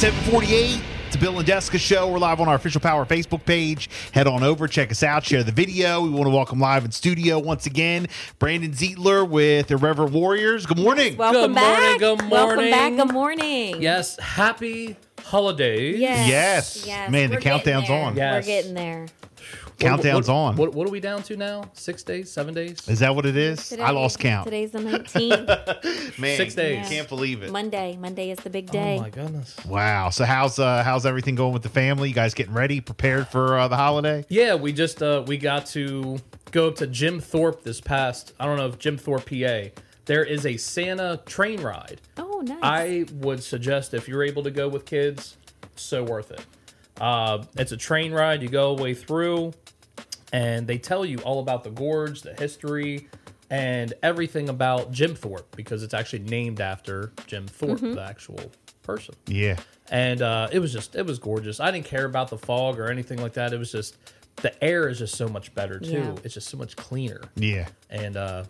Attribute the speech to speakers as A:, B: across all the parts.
A: 748. It's Bill and Jessica show. We're live on our official Power Facebook page. Head on over, check us out, share the video. We want to welcome live in studio once again Brandon Zietler with Irreverent Warriors. Good morning.
B: Welcome
C: morning,
B: back.
C: good
B: Welcome back.
C: morning.
B: Good morning.
C: Yes, happy holidays.
A: Yes. Man, the
B: We're getting
A: countdown's
B: there.
A: on.
B: We're
C: Yes.
B: getting there.
A: Countdown's
C: what,
A: on.
C: What, what are we down to now? Six days, seven days?
A: Is that what it is? I lost count.
B: Today's the 19th.
A: Man,
C: Six days.
A: Can't believe it.
B: Monday. Monday is the big day.
C: Oh my goodness.
A: Wow. So how's uh how's everything going with the family? You guys getting ready, prepared for uh, the holiday?
C: Yeah, we just uh we got to go up to Jim Thorpe this past I don't know if Jim Thorpe PA. There is a Santa train ride.
B: Oh, nice.
C: I would suggest if you're able to go with kids, so worth it. Uh, it's a train ride. You go way through, and they tell you all about the gorge, the history, and everything about Jim Thorpe because it's actually named after Jim Thorpe, the actual person.
A: Yeah.
C: And uh, it was just, it was gorgeous. I didn't care about the fog or anything like that. It was just, the air is just so much better too.
B: Yeah.
C: It's just so much cleaner
A: Yeah.
C: and uh,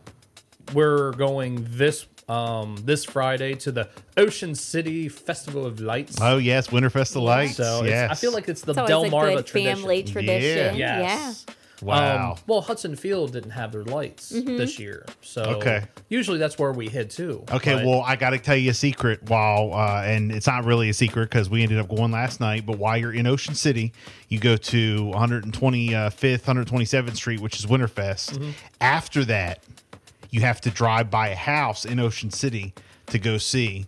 C: we're going this um, this Friday to the Ocean City Festival of Lights.
A: Oh yes, Winterfest of Lights.
C: so it's-
A: yes.
C: I feel like it's the
B: it's always a
C: Delmarva
B: good
C: tradition.
B: family tradition.
C: Yes.
A: Wow.
C: Um, well, Hudson Field didn't have their lights
B: Mm-hmm.
C: this year, so
A: Okay.
C: Usually that's where we hit too.
A: Okay,
C: but-
A: well, I got to tell you a secret while, uh, and it's not really a secret because we ended up going last night, but while you're in Ocean City, you go to 125th, 127th Street, which is Winterfest.
C: Mm-hmm.
A: After that, you have to drive by a house in Ocean City to go see.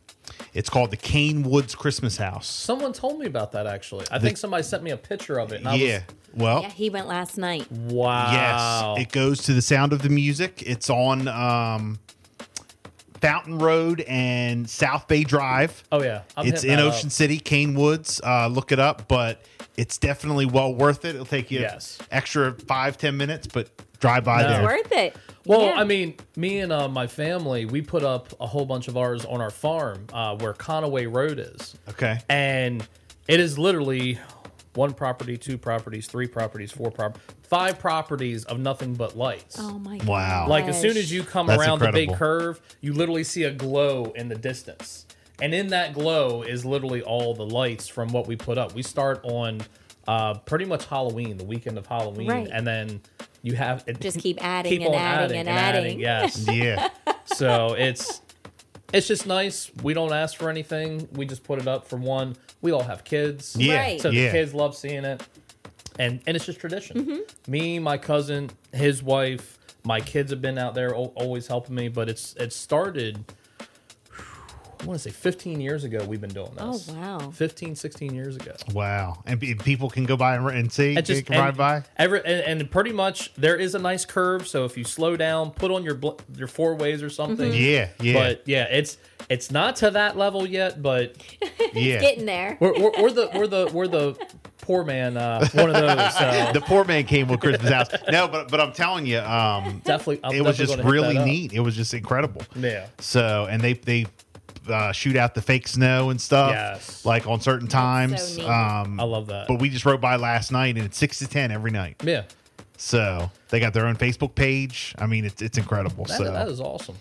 A: It's called the Cane Woods Christmas House.
C: someone told me about that actually. I think somebody sent me a picture of it. And
A: yeah.
C: I
A: Well,
B: Yeah, he went last night.
C: was, wow.
A: Yes, it goes to the sound of the music. It's on um, Fountain Road and South Bay Drive.
C: oh yeah. I'm
A: it's
C: hitting
A: in
C: that up.
A: Ocean City, Cane Woods. Uh, look it up, but it's definitely well worth it. It'll take you
C: Yes.
A: extra five ten minutes, but drive by
C: No.
A: there.
B: It's worth it.
C: Well,
B: Yeah.
C: I mean, me and uh, my family, we put up a whole bunch of ours on our farm uh, where Conaway Road is.
A: Okay.
C: And it is literally one property, two properties, three properties, four properties, five properties of nothing but lights.
B: Oh my
A: Wow.
C: like as soon as you come
A: That's
C: around the
A: incredible.
C: big curve, you literally see a glow in the distance. And in that glow is literally all the lights from what we put up. We start on uh, pretty much Halloween, the weekend of Halloween,
B: Right.
C: and then you have
B: Just keep adding and adding and adding.
C: Yes.
A: Yeah.
C: So it's it's just nice. We don't ask for anything. We just put it up for one. We all have kids.
A: Yeah.
B: Right.
C: So
A: yeah.
C: the kids love seeing it. And and it's just tradition.
B: Mm-hmm.
C: Me, my cousin, his wife, my kids have been out there al- always helping me, but it's it started I want to say 15 years ago we've been doing
B: Oh
C: this.
B: wow.
C: 15, 16 years ago.
A: Wow. And pe- people can go by and, and see.
C: It
A: they can ride by.
C: Every, and, and pretty much there is a nice curve. So if you slow down, put on your bl- your four ways or something.
A: Yeah. Yeah.
C: But yeah, it's it's not to that level yet, but
A: yeah.
B: Getting there.
C: we're, we're, we're the we're the we're the poor man uh, one of those. So
A: the poor man came with Christmas house. No, but but I'm telling you, um,
C: definitely, I'm
A: it was
C: definitely
A: just
C: gonna hit
A: really
C: that up.
A: neat. It was just incredible.
C: Yeah.
A: So and they they uh, shoot out the fake snow and stuff
C: Yes.
A: like on certain
B: That's
A: times.
B: so neat.
A: um,
C: I love that.
A: but we just rode by last night and it's six to ten every night.
C: yeah,
A: So they got their own Facebook page. I mean, it's it's incredible.
C: that,
A: so,
C: that is awesome.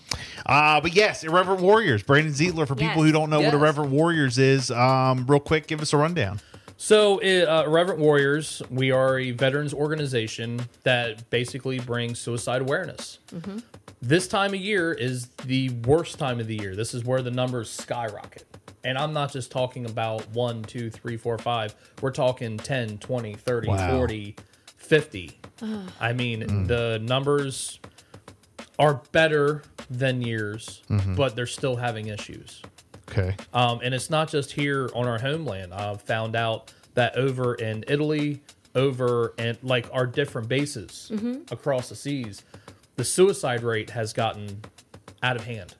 A: uh, but yes, Irreverent Warriors, Brandon Zietler. For people
B: Yes.
A: who don't know
C: Yes.
A: what Irreverent Warriors is, um, real quick, give us a rundown.
C: So, uh, Reverent Warriors, we are a veterans organization that basically brings suicide awareness. This time of year is the worst time of the year. This is where the numbers skyrocket. And I'm not just talking about one, two, three, four, five. We're talking 10, 20, 30,
A: Wow.
C: 40, 50. I mean, the numbers are better than years, but they're still having issues.
A: Okay.
C: Um, and it's not just here on our homeland. I've found out that over in Italy, over in like our different bases across the seas, the suicide rate has gotten out of hand.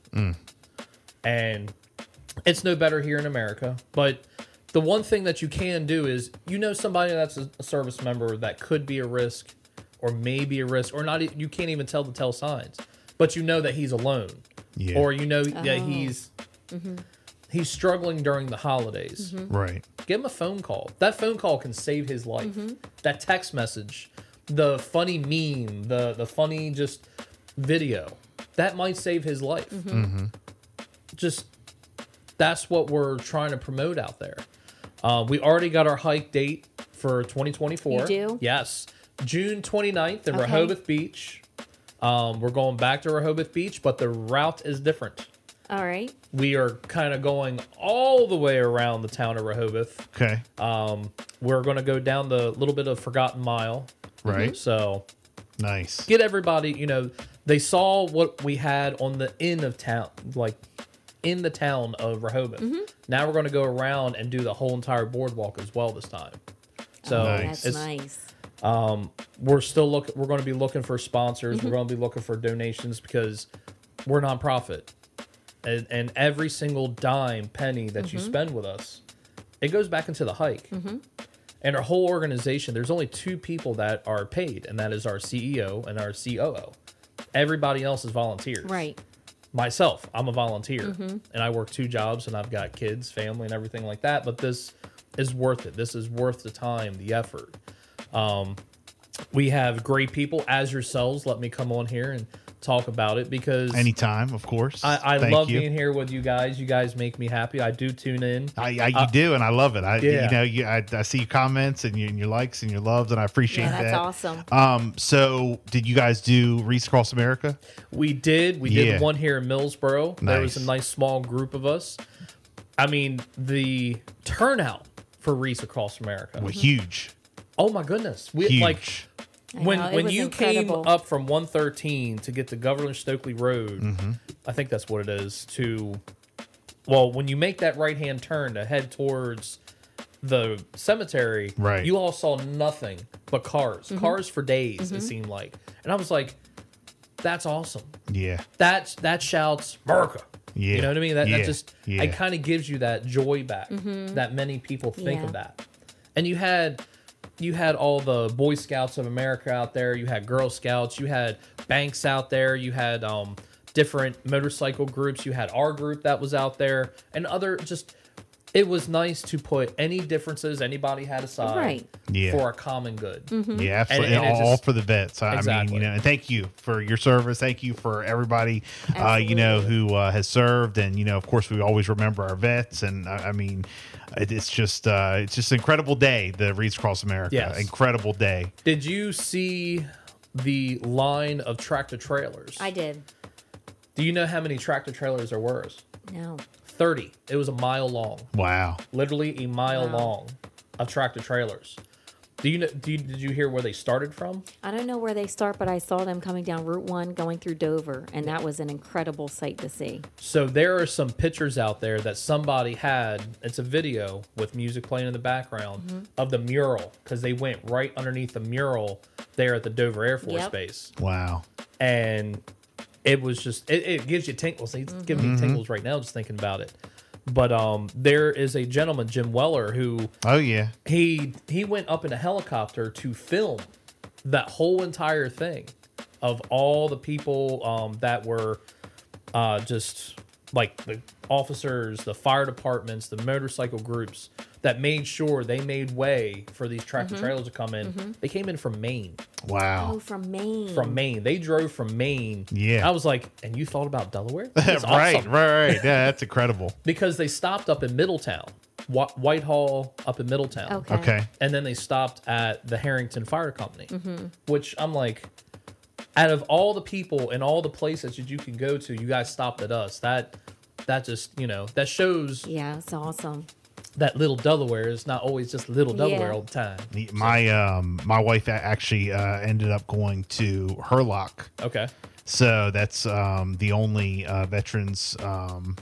C: And it's no better here in America, but the one thing that you can do is you know somebody that's a, a service member that could be a risk or maybe a risk or not e- you can't even tell the tell signs but you know that he's alone
A: Yeah.
C: or you know that he's he's struggling during the holidays
A: Right.
C: give him a phone call that phone call can save his life
D: Mm-hmm.
C: that text message the funny meme the the funny just video that might save his life
D: Mm-hmm.
C: just that's what we're trying to promote out there uh, we already got our hike date for 2024
D: You do?
C: yes june 29th in
D: Okay.
C: rehoboth beach um, we're going back to rehoboth beach but the route is different
D: All right.
C: we are kind of going all the way around the town of rehoboth
A: Okay.
C: um, we're going to go down the little bit of Forgotten Mile. Mm-hmm.
A: Right.
C: So
A: Nice.
C: get everybody, you know, they saw what we had on the end of town, like in the town of Rehoboth.
A: Mm-hmm.
C: Now we're going to go around and do the whole entire boardwalk as well this time. So
A: Nice.
D: That's
C: it's,
D: nice.
C: we're still looking, we're going to be looking for sponsors. We're going to be looking for donations because we're nonprofit. And, and every single dime, penny that you spend with us, it goes back into the hike. And our whole organization, there's only two people that are paid, and that is our CEO and our COO. Everybody else is volunteers.
D: Right.
C: Myself, I'm a volunteer, and I work two jobs, and I've got kids, family, and everything like that. But this is worth it. This is worth the time, the effort. Um, we have great people as yourselves. Let me come on here and talk about it because
A: Anytime, of course.
C: I, I
A: Thank
C: love
A: you.
C: being here with you guys. You guys make me happy. I do tune in.
A: I, I you do, and I love it. I
C: yeah.
A: you know you, I, I see your comments and your, and your likes and your loves, and I appreciate
D: Yeah, that's
A: that.
D: awesome.
A: Um, so did you guys do Reese Across America?
C: We did. We
A: Yeah.
C: did one here in Millsboro. There was a
A: Nice.
C: nice small group of us. I mean, the turnout for Reese Across America.
D: Mm-hmm.
A: Well, huge,
C: Oh my goodness. We
A: huge.
C: like when
D: know, it
C: when
D: was
C: you
D: incredible.
C: came up from 113 to get to Governor Stokely Road, I think that's what it is, to well, when you make that right hand turn to head towards the cemetery,
A: Right.
C: you all saw nothing but cars.
D: Mm-hmm.
C: Cars for days, it seemed like. And I was like, that's awesome
A: yeah,
C: that that shouts America.
A: Yeah.
C: You know what I mean? That,
A: Yeah.
C: that just
A: Yeah.
C: it kind of gives you that joy back that many people think
D: Mm-hmm. Yeah.
C: of that. And you had you had all the Boy Scouts of America out there, you had Girl Scouts, you had banks out there, you had um different motorcycle groups, you had our group that was out there and other just it was nice to put any differences anybody had aside
D: Right. Mm-hmm.
A: Yeah.
C: for a common good.
A: yeah, absolutely.
C: mm-hmm. and it
A: all, all
C: just-
A: for the vets. I, I mean,
C: Exactly.
A: you know, and thank you for your service. Thank you for everybody, uh, you know, who uh, has served, and you know, of course, we always remember our vets. And uh, I, I mean, it, it's just uh, it's just an incredible day. The Reese Across America,
C: Yes.
A: incredible day.
C: Did you see the line of tractor trailers?
D: I did.
C: Do you know how many tractor trailers there were?
D: No.
C: 30. It was a mile long,
A: Wow.
C: literally a mile long of tractor trailers. Do you know? Do you, did you hear where they started from?
D: I don't know where they start, but I saw them coming down Route 1 going through Dover, and that was an incredible sight to see.
C: So there are some pictures out there that somebody had. It's a video with music playing in the background of the mural because they went right underneath the mural there at the Dover Air Force
D: Yep.
C: Base,
A: Wow.
C: and it was just it, it gives you tingles. It's giving me tingles right now just thinking about it. But um, there is a gentleman, Jim Weller, who
A: Oh yeah.
C: he he went up in a helicopter to film that whole entire thing of all the people um, that were uh, just like the officers, the fire departments, the motorcycle groups that made sure they made way for these tractor trailers to come in. They came in from Maine.
A: Wow.
D: Oh, from Maine.
C: From Maine, they drove from Maine.
A: Yeah.
C: I was like, and you thought about Delaware?
A: right,
C: That's
A: right,
C: awesome."
A: right. Yeah, that's incredible.
C: Because they stopped up in Middletown, Wh- Whitehall up in Middletown
D: Okay.
A: Okay.
C: and then they stopped at the Harrington Fire Company,
D: Mm-hmm.
C: which I'm like, out of all the people and all the places that you can go to, you guys stopped at us. That that just you know that shows
D: Yeah, it's awesome. Oh,
C: that little Delaware is not always just little Delaware
D: Yeah.
C: all the time.
A: My um my wife a- actually uh, ended up going to Herlock.
C: Okay,
A: So that's um the only uh, veterans um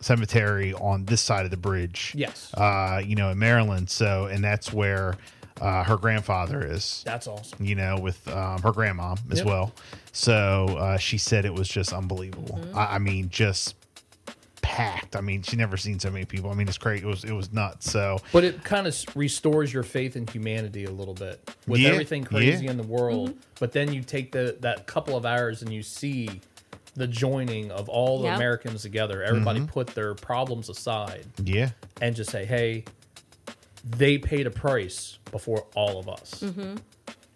A: cemetery on this side of the bridge.
C: yes,
A: Uh you know in Maryland. So and that's where uh, her grandfather is.
C: that's awesome.
A: you know, with um, her grandma as
C: Yep.
A: well. So uh, she said it was just unbelievable. I, I mean, just packed. I mean, she never seen so many people. I mean, it's crazy. It was it was nuts. So
C: But it kind of restores your faith in humanity a little bit with
A: Yeah,
C: everything crazy
A: yeah.
C: in the world.
D: Mm-hmm.
C: But then you take the that couple of hours and you see the joining of all the
D: Yeah.
C: Americans together. Everybody
A: Mm-hmm.
C: put their problems aside
A: yeah,
C: and just say, "Hey, they paid a price before all of us."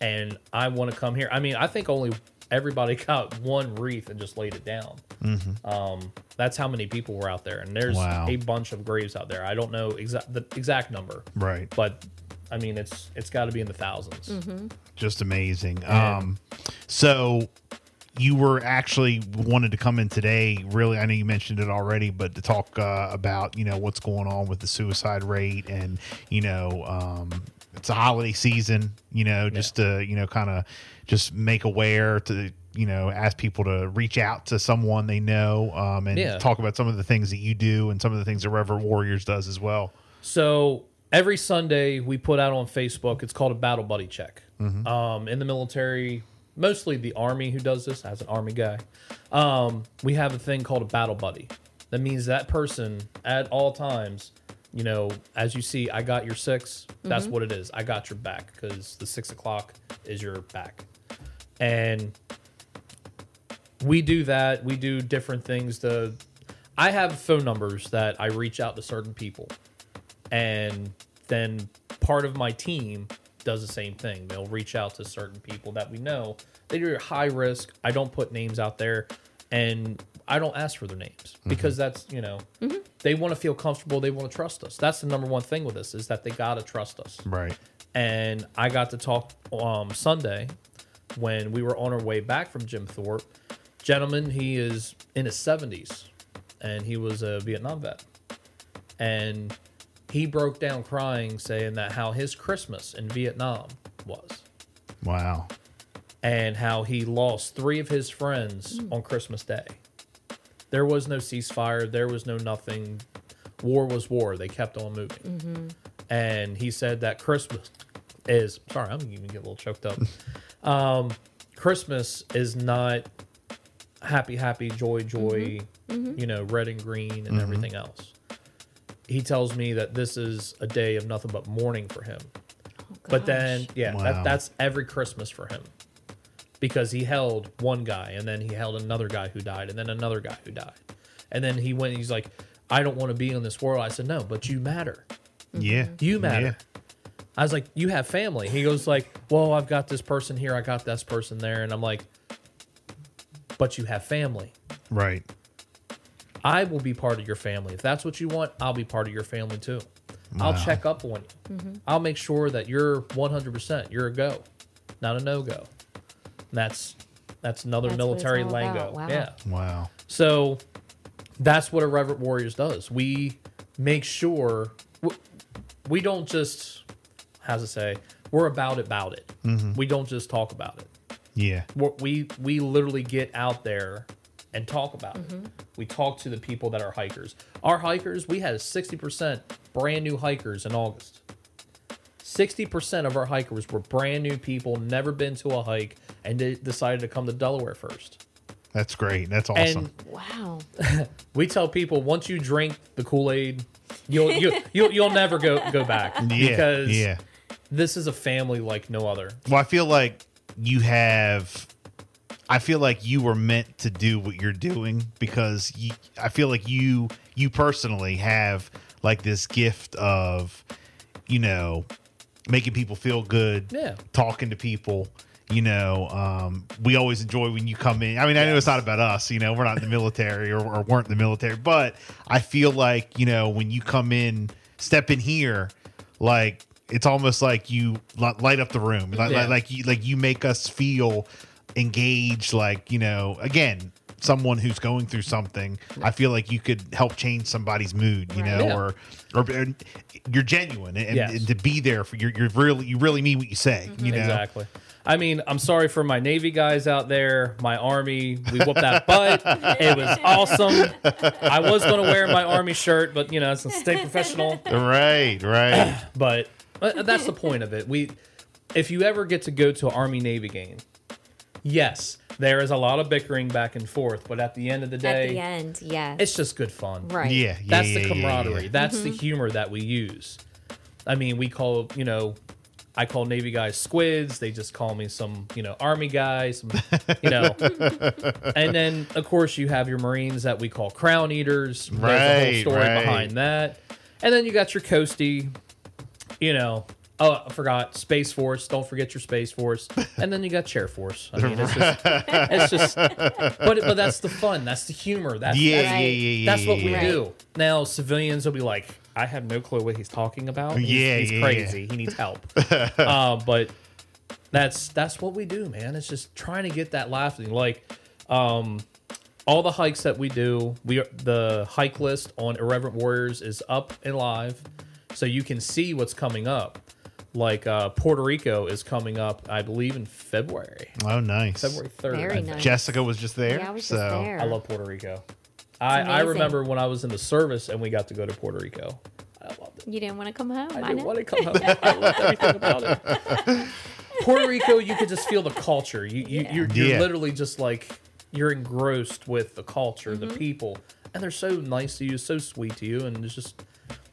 C: And I want to come here. I mean, I think only everybody got one wreath and just laid it down. Um, that's how many people were out there, and there's
A: Wow.
C: a bunch of graves out there. I don't know exact the exact number,
A: right.
C: but I mean, it's it's got to be in the 1000s
A: just amazing. Um, so you were actually wanted to come in today. Really, I know you mentioned it already, but to talk uh, about you know what's going on with the suicide rate and you know um, it's a holiday season. You know, just to you know kind of just make aware to you know ask people to reach out to someone they know um, and
C: Yeah.
A: talk about some of the things that you do and some of the things that Reverend Warriors does as well.
C: So every Sunday we put out on Facebook. It's called a battle buddy check. Um, in the military, mostly the army who does this as an army guy. Um, we have a thing called a battle buddy. That means that person at all times, you know, as you see, I got your 6 That's what it is. I got your back because the six o'clock is your back, and we do that. We do different things. The I have phone numbers that I reach out to certain people and then part of my team does the same thing. They'll reach out to certain people that we know. They do high risk. I don't put names out there, and I don't ask for their names because that's you know they want to feel comfortable. They want to trust us. That's the number one thing with this is that they gotta trust us
A: Right.
C: and I got to talk um, Sunday when we were on our way back from Jim Thorpe. Gentleman, he is in his 70s and he was a Vietnam vet. And he broke down crying, saying that how his Christmas in Vietnam was
A: Wow.
C: and how he lost three of his friends on Christmas Day. There was no ceasefire, there was no nothing. War was war. They kept on moving. And he said that Christmas is sorry, I'm even get a little choked up. um, Christmas is not happy, happy, joy, joy, you know, red and green and everything else. He tells me that this is a day of nothing but mourning for him. But then, yeah,
A: Wow.
C: that, that's every Christmas for him because he held one guy and then he held another guy who died and then another guy who died. And then he went, he's like, I don't want to be in this world. I said, No, but you matter.
A: Yeah.
C: Mm-hmm. You matter.
A: Yeah.
C: I was like, You have family. He goes, like, Well, I've got this person here, I got this person there. And I'm like, But you have family.
A: Right.
C: I will be part of your family. If that's what you want, I'll be part of your family too. I'll check up on you.
D: Mm-hmm.
C: I'll make sure that you're 100%. You're a go, not a no go. That's that's another
D: That's what it's
C: military
D: all
C: lingo.
D: about. Wow.
C: Yeah.
A: Wow.
C: So that's what Irreverent Warriors does. We make sure w- we don't just how's it say we're about it about it. We don't just talk about it
A: Yeah.
C: what we we literally get out there and talk about it. We talk to the people that are hikers. Our hikers, we had 60% brand new hikers in August. 60% of our hikers were brand new people, never been to a hike, and they decided to come to Delaware first.
A: That's great. That's awesome.
C: And
D: Wow.
C: we tell people once you drink the Kool Aid, you'll, you'll you'll you'll never go go back
A: yeah,
C: because
A: yeah.
C: this is a family like no other.
A: Well, I feel like you have. I feel like you were meant to do what you're doing because you, I feel like you you personally have like this gift of, you know, making people feel good.
C: Yeah.
A: Talking to people. You know, um, we always enjoy when you come in. I mean, I know it's not about us. You know, we're not in the military or, or weren't in the military, but I feel like you know when you come in, step in here, like it's almost like you li- light up the room. Like,
C: Yeah.
A: like, like you like you make us feel engaged. Like you know, again, someone who's going through something. I feel like you could help change somebody's mood. You
D: Right.
A: know,
C: Yeah.
A: or or and you're genuine and,
C: Yes.
A: and to be there for you. You're really you really mean what you say. You know,
C: Mm-hmm. Exactly. I mean, I'm sorry for my Navy guys out there, my Army. We whooped that butt. It was awesome. I was going to wear my Army shirt, but, you know, since stay professional.
A: right, right.
C: But uh, that's the point of it. We, If you ever get to go to an Army Navy game, yes, there is a lot of bickering back and forth, but at the end of the
D: At
C: day,
D: the end, yes.
C: it's just good fun.
D: right.
A: Yeah, yeah,
C: That's
A: yeah,
C: the
A: yeah, yeah.
C: camaraderie. That's the humor that we use. I mean, we call, you know, I call Navy guys squids. They just call me some, you know, Army guys, some- you know. and then, of course, you have your Marines that we call crown eaters. There's
A: Right,
C: a whole story
A: right.
C: behind that. And then you got your coastie, you know. Oh, I forgot Space Force. Don't forget your Space Force. And then you got Chair Force. I mean, it's just, it's just but, but that's the fun. That's the humor. That's,
A: Yeah,
C: that's
A: yeah, yeah, yeah.
C: that's what
A: yeah,
C: we
A: yeah.
C: do. Now civilians will be like, I have no clue what he's talking about. He's,
A: Yeah,
C: he's
A: yeah,
C: crazy. He needs help. uh, but that's that's what we do, man. It's just trying to get that laughing. Like, um, all the hikes that we do, we are, the hike list on Irreverent Warriors is up and live, so you can see what's coming up. Like uh, Puerto Rico is coming up, I believe, in February,
A: Oh, nice.
C: February third.
D: Very nice.
A: Jessica was just there.
D: Yeah, I was
A: so.
D: just there.
C: I love Puerto Rico. I, I
D: amazing.
C: remember when I was in the service and we got to go to Puerto Rico. I loved it.
D: You didn't want to come home.
C: I
D: I,
C: didn't
D: know.
C: want to come home. I loved everything about it. Puerto Rico, you could just feel the culture. You, you, You're, you're
A: Yeah.
C: literally just like, you're engrossed with the culture,
D: Mm-hmm.
C: the people. And they're so nice to you, so sweet to you. And it's just,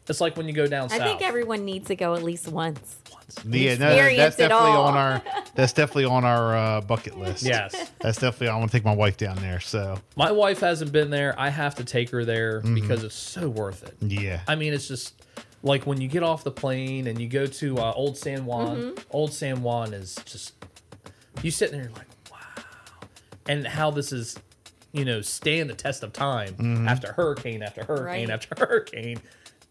C: it's like when you go down
D: I
C: south.
D: think everyone needs to go at least once.
A: Yeah, no, that- that's
D: Experience it
A: definitely
D: all.
A: on
C: Oh.
A: our that's definitely on our uh, bucket list.
C: yes.
A: that's definitely. I want to take my wife down there. So
C: My wife hasn't been there. I have to take her there
A: Mm-hmm.
C: because it's so worth it.
A: yeah,
C: I mean, it's just like when you get off the plane and you go to uh, Old San Juan. Old San Juan is just you sitting there you're like, wow, and how this is, you know, stand the test of time after hurricane after hurricane
D: Right.
C: after hurricane,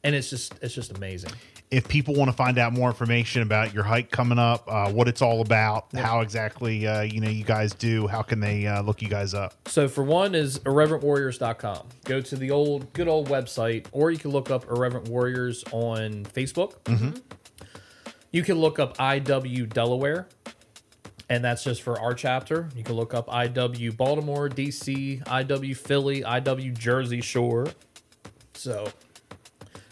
C: and it's just it's just amazing.
A: if people want to find out more information about your hike coming up, uh, what it's all about, how exactly uh, you know you guys do, how can they uh, look you guys up?
C: So for one is irreverentwarriors.com. Go to the old good old website, or you can look up Irreverent Warriors on Facebook. You can look up IW Delaware, and that's just for our chapter. You can look up IW Baltimore, DC, IW Philly, IW Jersey Shore. So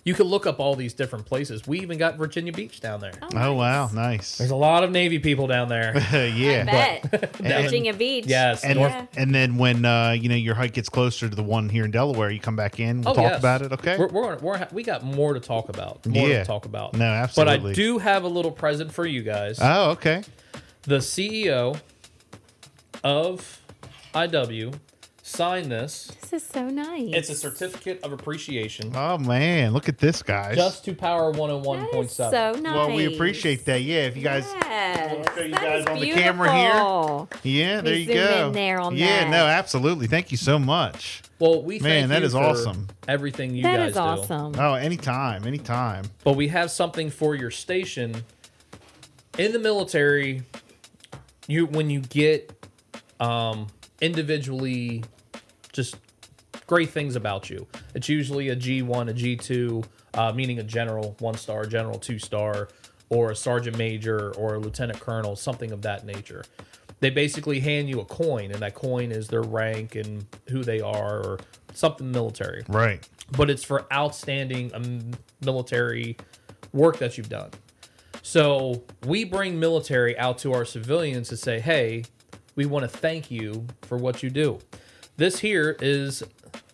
C: you can look up all these different places. We even got Virginia Beach down there.
A: Oh wow, nice.
C: There's a lot of Navy people down there.
A: Uh, yeah,
D: Bet. Virginia Beach.
C: yes,
A: and
C: North-
A: and then when uh, you know your hike gets closer to the one here in Delaware, you come back in, we'll
C: Oh,
A: talk
C: yes.
A: about it. Okay,
C: We're, we're, we're, we got more to talk about. More
A: Yeah.
C: to talk about.
A: No,
C: But
A: absolutely.
C: I do have a little present for you guys.
A: oh okay,
C: the CEO of IW signed this.
D: This is so nice.
C: It's a certificate of appreciation
A: oh man, look at this, guys.
C: just to Power
D: That is
C: 101.7.
D: so nice.
A: well, we appreciate that. Yeah, if you guys.
D: Yes,
A: show you
D: that
A: guys
D: is
A: on the camera here.
D: beautiful.
A: Yeah, there
D: We
A: you
D: zoom
A: go.
D: in there on
A: yeah,
D: that.
A: no, absolutely. Thank you so much.
C: Well, we
A: Man,
C: thank
A: that
C: you
A: is
C: for
A: awesome.
C: Everything you
D: That
C: guys
D: is
C: do.
D: awesome.
A: Oh, anytime, anytime.
C: but we have something for your station in the military you when you get um individually just great things about you it's usually a g1 a g2 uh, meaning a general one star general two star or a sergeant major or a lieutenant colonel something of that nature they basically hand you a coin and that coin is their rank and who they are or something military
A: Right.
C: but it's for outstanding um, military work that you've done. So we bring military out to our civilians to say, hey, we want to thank you for what you do. This here is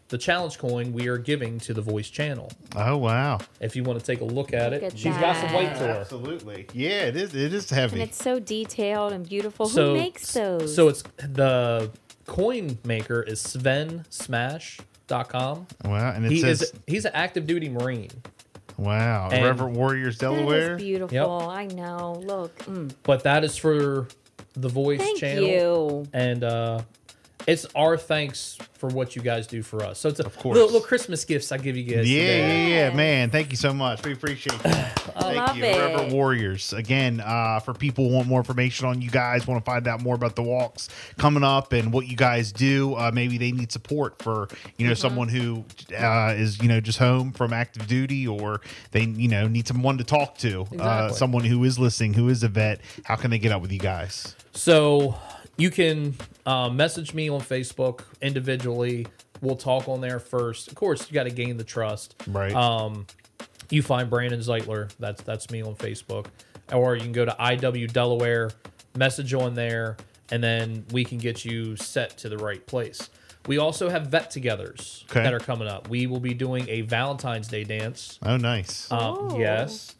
C: the challenge coin we are giving to the voice channel.
A: Oh wow.
C: If you want to take a look at
D: Look
C: it,
D: at
C: she's got some weight to her.
A: Absolutely. Yeah, it is. It is
D: And
A: heavy.
D: it's so detailed and beautiful. Who makes those?
C: So it's the coin maker is svensmash.com.
A: Wow, and it
C: He
A: says
C: is he's an active duty marine.
A: wow.
C: and-
A: Reverend Warriors
D: That is
A: Delaware.
D: beautiful. I know. Look. Mm.
C: But that is for the voice
D: Thank
C: channel.
D: you.
C: and uh, it's our thanks for what you guys do for us. So it's a of
A: course.
C: Little, little Christmas gifts I give you guys.
A: Yeah,
C: today.
A: yeah, yeah, man. Thank you so much. We appreciate that. Thank
D: love
A: you, Forever
D: it.
A: Warriors. Again, uh, for people who want more information on you guys, want to find out more about the walks coming up and what you guys do. Uh, maybe they need support for you know someone who uh, is you know just home from active duty, or they you know need someone to talk to, uh,
C: Exactly.
A: someone who is listening, who is a vet. How can they get up with you guys?
C: So you can uh, message me on Facebook individually. We'll talk on there first. Of course, you got to gain the trust.
A: Right.
C: Um, you find Brandon Zeitler. That's that's me on Facebook, or you can go to IW Delaware, message on there, and then we can get you set to the right place. We also have vet togethers
A: Okay.
C: that are coming up. We will be doing a Valentine's Day dance.
A: Oh, nice.
C: Um, yes.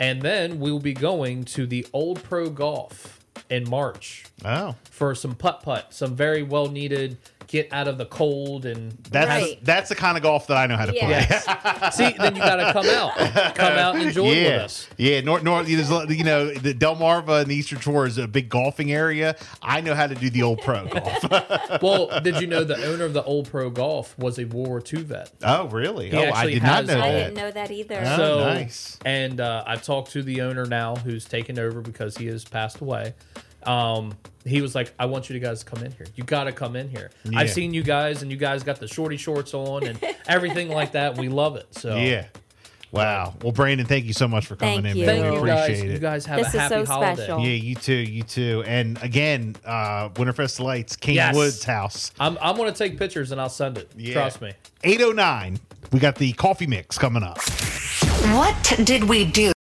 C: And then we will be going to the Old Pro Golf in March
A: oh,
C: for some putt putt, some very well needed get out of the cold and
A: that's
B: Right.
A: that's the kind of golf that I know how to play.
B: Yeah.
C: Yes. See, then you got to come out, come out and enjoy it with
A: Yeah,
C: us.
A: yeah. North, north. There's, a lot- you know, the Delmarva and the Eastern Shore is a big golfing area. I know how to do the old pro golf.
C: Well, did you know the owner of the Old Pro Golf was a World War II vet?
A: oh, really?
C: He
A: oh, I
C: actually
A: did not
C: has-
A: know
D: I
C: Yeah.
D: didn't
A: that.
D: know that either.
A: Oh,
C: So,
A: nice.
C: and uh, I've talked to the owner now, who's taken over because he has passed away. Um, he was like, "I want you guys to come in here. You got to come in here.
A: Yeah.
C: I've seen you guys, and you guys got the shorty shorts on and everything like that. We love it. So,
A: Yeah. Wow. Well, Brandon, thank you so much for coming
D: Thank
A: in.
D: you.
A: Man.
C: thank
A: we
C: you
A: appreciate
C: guys.
A: it.
C: You guys have
D: This
C: a
D: is
C: happy
D: so
C: holiday.
D: special.
A: yeah, you too, you too. And again, uh Winterfest Lights, King
C: Yes.
A: Woods House.
C: I'm, I'm gonna take pictures and I'll send it. Trust me.
A: 809. We got the coffee mix coming up.
E: What did we do?